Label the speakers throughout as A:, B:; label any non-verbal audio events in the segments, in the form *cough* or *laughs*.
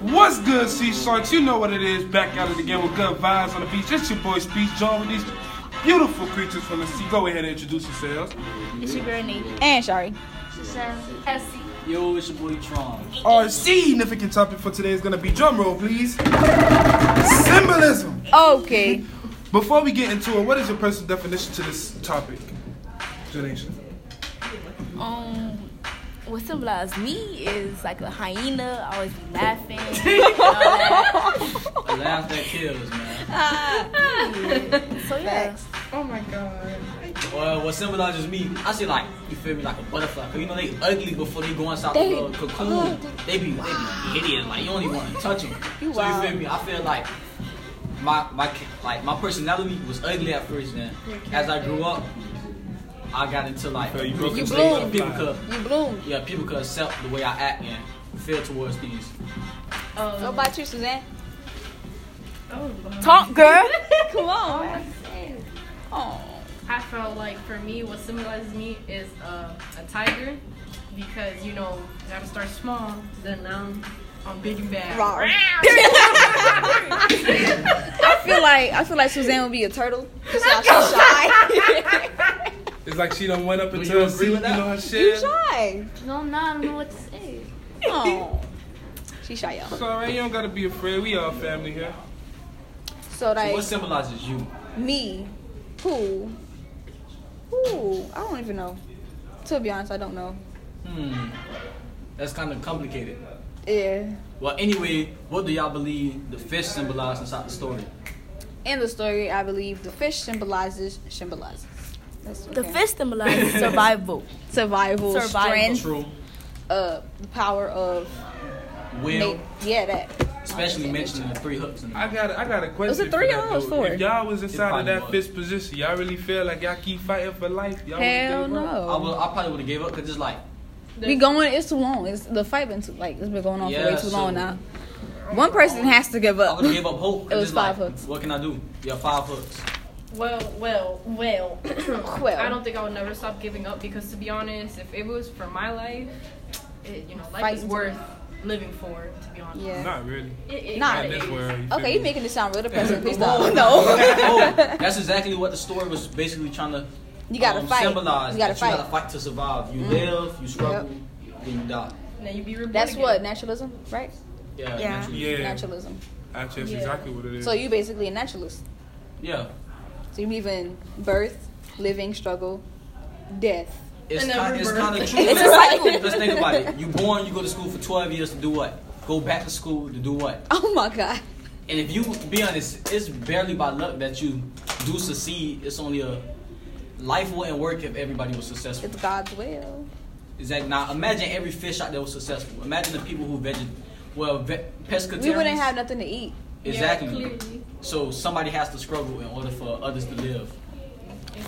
A: What's good, C Sharks? You know what it is. Back out of the game with good vibes on the beach. It's your boy Speech John with these beautiful creatures from the sea. Go ahead and introduce yourselves.
B: It's your girl Nate.
C: And Shari.
B: Essie.
D: Yo, it's your boy Tron.
A: Our significant topic for today is going to be drum roll, please. Symbolism.
C: Okay.
A: Before we get into it, what is your personal definition to this topic, Janation?
B: *laughs* Um, what symbolizes me is like a hyena. I always be laughing. and
C: *laughs*
B: all that.
D: The laugh that kills, man.
B: so yeah.
C: Facts.
A: Oh my god.
D: uh, Well, what symbolizes me, I see like, you feel me, like a butterfly. 'Cause you know they ugly before they go inside
C: They-
D: the little cocoon. They be, they be hideous. Like, you don't even want to touch them.
C: You
D: so you
C: wild.
D: feel me? I feel like my, my, ca- like, my personality was ugly at first, then as I grew up, I got into like,
A: So you broke
C: You
D: people
C: blew.
D: could- people could,
C: You bloomed.
D: yeah, people could accept the way I act and feel towards things.
C: What about you, Suzanne?
B: Um, Talk, girl.
C: *laughs* Come on.
E: I felt like for me, what symbolizes me is uh, a tiger, because you know, you gotta start small, then now I'm big and bad.
C: I feel like I feel like Suzanne would be a turtle.
B: *laughs*
C: Cause y'all so shy.
A: It's like she done went up into
D: you
A: her
D: agree
A: seat, you
D: with that?
A: know her shit.
C: *laughs* you shy.
F: No, I'm not. I don't know what to say.
C: Oh. She shy y'all.
A: It's alright, you don't gotta be afraid. We all family here.
D: So
C: So
D: what
C: like
D: symbolizes you?
C: me, who, who? I don't even know. To be honest, I don't know.
D: Hmm. That's kind of complicated.
C: Yeah.
D: Well, anyway, what do y'all believe the fish symbolize inside the story?
C: In the story, I believe the fish symbolizes symbolizes. That's
B: The
C: okay.
B: fish symbolizes survival.
C: survival,
B: Survival.
C: strength,
D: True.
C: uh, the power of
D: Will,
C: ma- yeah, that.
D: especially mentioning the three hooks. In
A: I got I got a question.
C: Was it three
A: for that,
C: or it was
A: though.
C: four?
A: If y'all was inside of
D: probably
A: that
D: was.
A: fifth position, y'all really feel like y'all keep fighting for life. Y'all would've
C: Hell
A: gave up?
D: I,
C: no.
D: would, I probably would have gave up because it's like,
C: We going. It's too long. It's the fight been too, like it's been going on for
D: Yeah,
C: way too
D: so-
C: long now. One person has to give
D: I
C: up.
D: would have gave up hope. 'cause
C: It was
D: it's
C: five
D: like,
C: hooks.
D: What can I do? Yeah, five hooks.
E: Well, well, well.
C: *coughs*
E: *coughs*
C: Well.
E: I don't think I would never stop giving up because, to be honest, if it was for my life, it, you know, life
C: Fighting
E: is
C: to-
E: worth living for. To be honest.
C: Yeah.
A: Not really.
E: It, it,
C: Nah.
A: Not in
E: it-
A: this world. feel
C: Okay, you
A: me?
C: making it sound real depressing. Please stop.
D: Whoa. *laughs*
C: No.
D: Whoa. oh, That's exactly what the story was basically trying to
C: You gotta
D: um,
C: fight.
D: symbolize.
C: You gotta
D: that
C: fight.
D: You
C: Mm.
D: gotta fight to survive. You live, you struggle, then you die.
E: Then you be reborn
C: That's
E: again.
C: what naturalism, right?
D: Yeah.
B: Yeah.
D: naturally.
A: Yeah.
C: Naturalism.
A: Actually, that's
E: Yeah.
A: exactly what it is.
C: So you basically a naturalist.
D: Yeah.
C: So you believe in birth, living, struggle, death. *laughs*
D: It's
E: And
D: kind,
E: every
D: it's
E: birth.
D: kind of true.
C: It's a cycle.
D: Just think about it. You born, you go to school for 12 years to do what? Go back to school to do what?
C: Oh my god.
D: And if you be honest, it's barely by luck that you do succeed. It's only a life wouldn't work if everybody was successful.
C: It's God's will.
D: Is that now? Imagine every fish out there was successful. Imagine the people who veget, well, ve- pescatarians.
C: We wouldn't have nothing to eat.
E: Yeah,
D: exactly.
E: clearly.
D: so somebody has to struggle in order for others to live.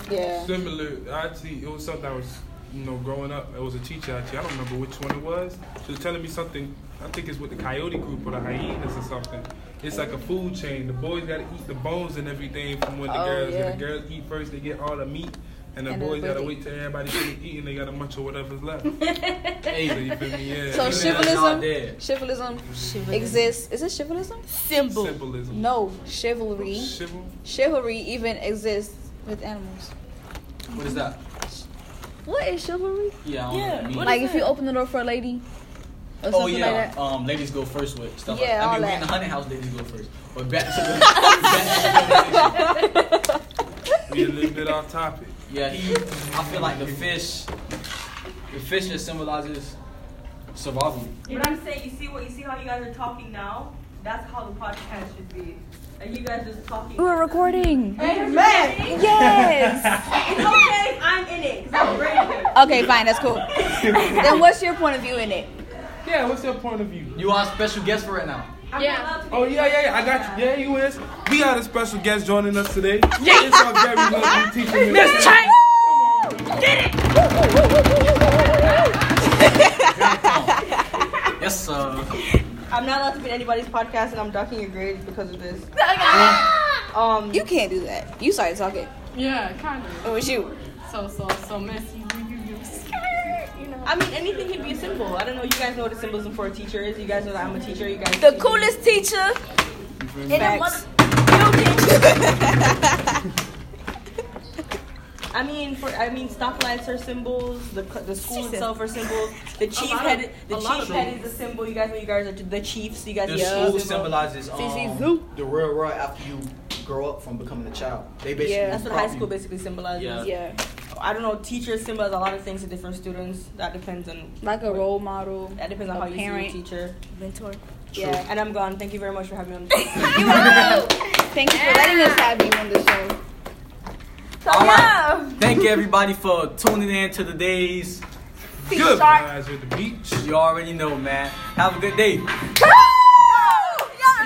C: Yeah.
A: Similar, actually, it was something I was, you know, growing up. It was a teacher, actually. I don't remember which one it was. She was telling me something. I think it's with the coyote group or the hyenas or something. It's like a food chain. The boys gotta eat the bones and everything from when the
C: Oh,
A: girls
C: yeah.
A: and the girls eat first. They get all the meat, and the
C: And then
A: boys
C: the
A: gotta
C: boys
A: wait till everybody finish eating. They gotta munch or whatever's left. so
D: Hey,
A: *laughs* you feel me? Yeah.
C: So
D: Yeah.
C: chivalrism,
D: Yeah.
C: chivalrism exists. Is it chivalrism?
B: Symbol.
A: symbolism.
C: No, chivalry.
A: Chival-
C: Chivalry even exists with animals.
D: what is that?
C: What is chivalry?
D: Yeah. I don't
B: Yeah,
D: Know what it
B: what
D: means.
C: Like if you open the door for a lady or something
D: Oh yeah,
C: like that.
D: um, ladies go first with stuff.
C: Yeah,
D: like that. I
C: all
D: mean, we
C: that.
D: in the hunting house, ladies go first. But back to the,
C: *laughs*
D: back to the conversation.
A: We a little bit off topic.
D: Yeah, he. I feel like the fish, the fish just symbolizes survival.
G: But I'm saying, you see what you see how you guys are talking now. That's how the podcast should be. Like you guys just talking.
C: We're recording.
G: Man,
C: Yes.
G: it's okay. if I'm in it because I'm ready.
C: okay, fine. That's cool. then what's your point of view in it?
A: Yeah. What's your point of view?
D: You are a special guest for right now.
G: I'm
E: Yeah.
G: allowed to
A: Oh yeah, yeah, yeah. I got you. Yeah, you is. We got a special guest joining us today. Yeah. It's our very lovely teacher. Miss Chang.
D: Yes, sir.
H: I'm not allowed to be in anybody's podcast, and I'm ducking your grades because of this. Um,
C: You can't do that. You started talking.
E: Yeah, kind of.
C: It was you.
E: So, so, so messy. You, you, you. You know.
H: I mean, anything can be a symbol. I don't know. You guys know what a symbolism for a teacher is. You guys know that I'm a teacher. You guys.
B: The coolest teacher
A: You feel
B: in
A: me?
B: the
H: Facts. I mean, for I mean, stoplights are symbols. The cl- the school
B: Jesus.
H: itself are symbols. The chief
E: lot of-
H: head,
E: a
H: the
E: lot
H: chief
E: of
H: head is a symbol. You guys know. You guys are the chiefs. You guys.
D: The
H: are a
D: school
H: symbol.
D: symbolizes
B: CC
D: um,
B: Zoo.
I: The real world after you grow up from becoming a child. They basically
B: Yeah.
H: That's what high
D: prop
H: school
D: you.
H: basically symbolizes.
D: Yeah.
B: Yeah.
H: I don't know. Teachers symbolize a lot of things to different students. That depends on.
C: Like a role model.
H: That depends on
C: A
H: how you
C: parent.
H: see your teacher.
B: Mentor.
H: Yeah. And I'm gone. Thank you very much for having me on.
E: *laughs*
H: The show.
C: Thank you for letting us have you on the show.
D: All right. Thank everybody for tuning in to today's.
A: Good vibes with the beach.
D: You already know, man. Have a good day.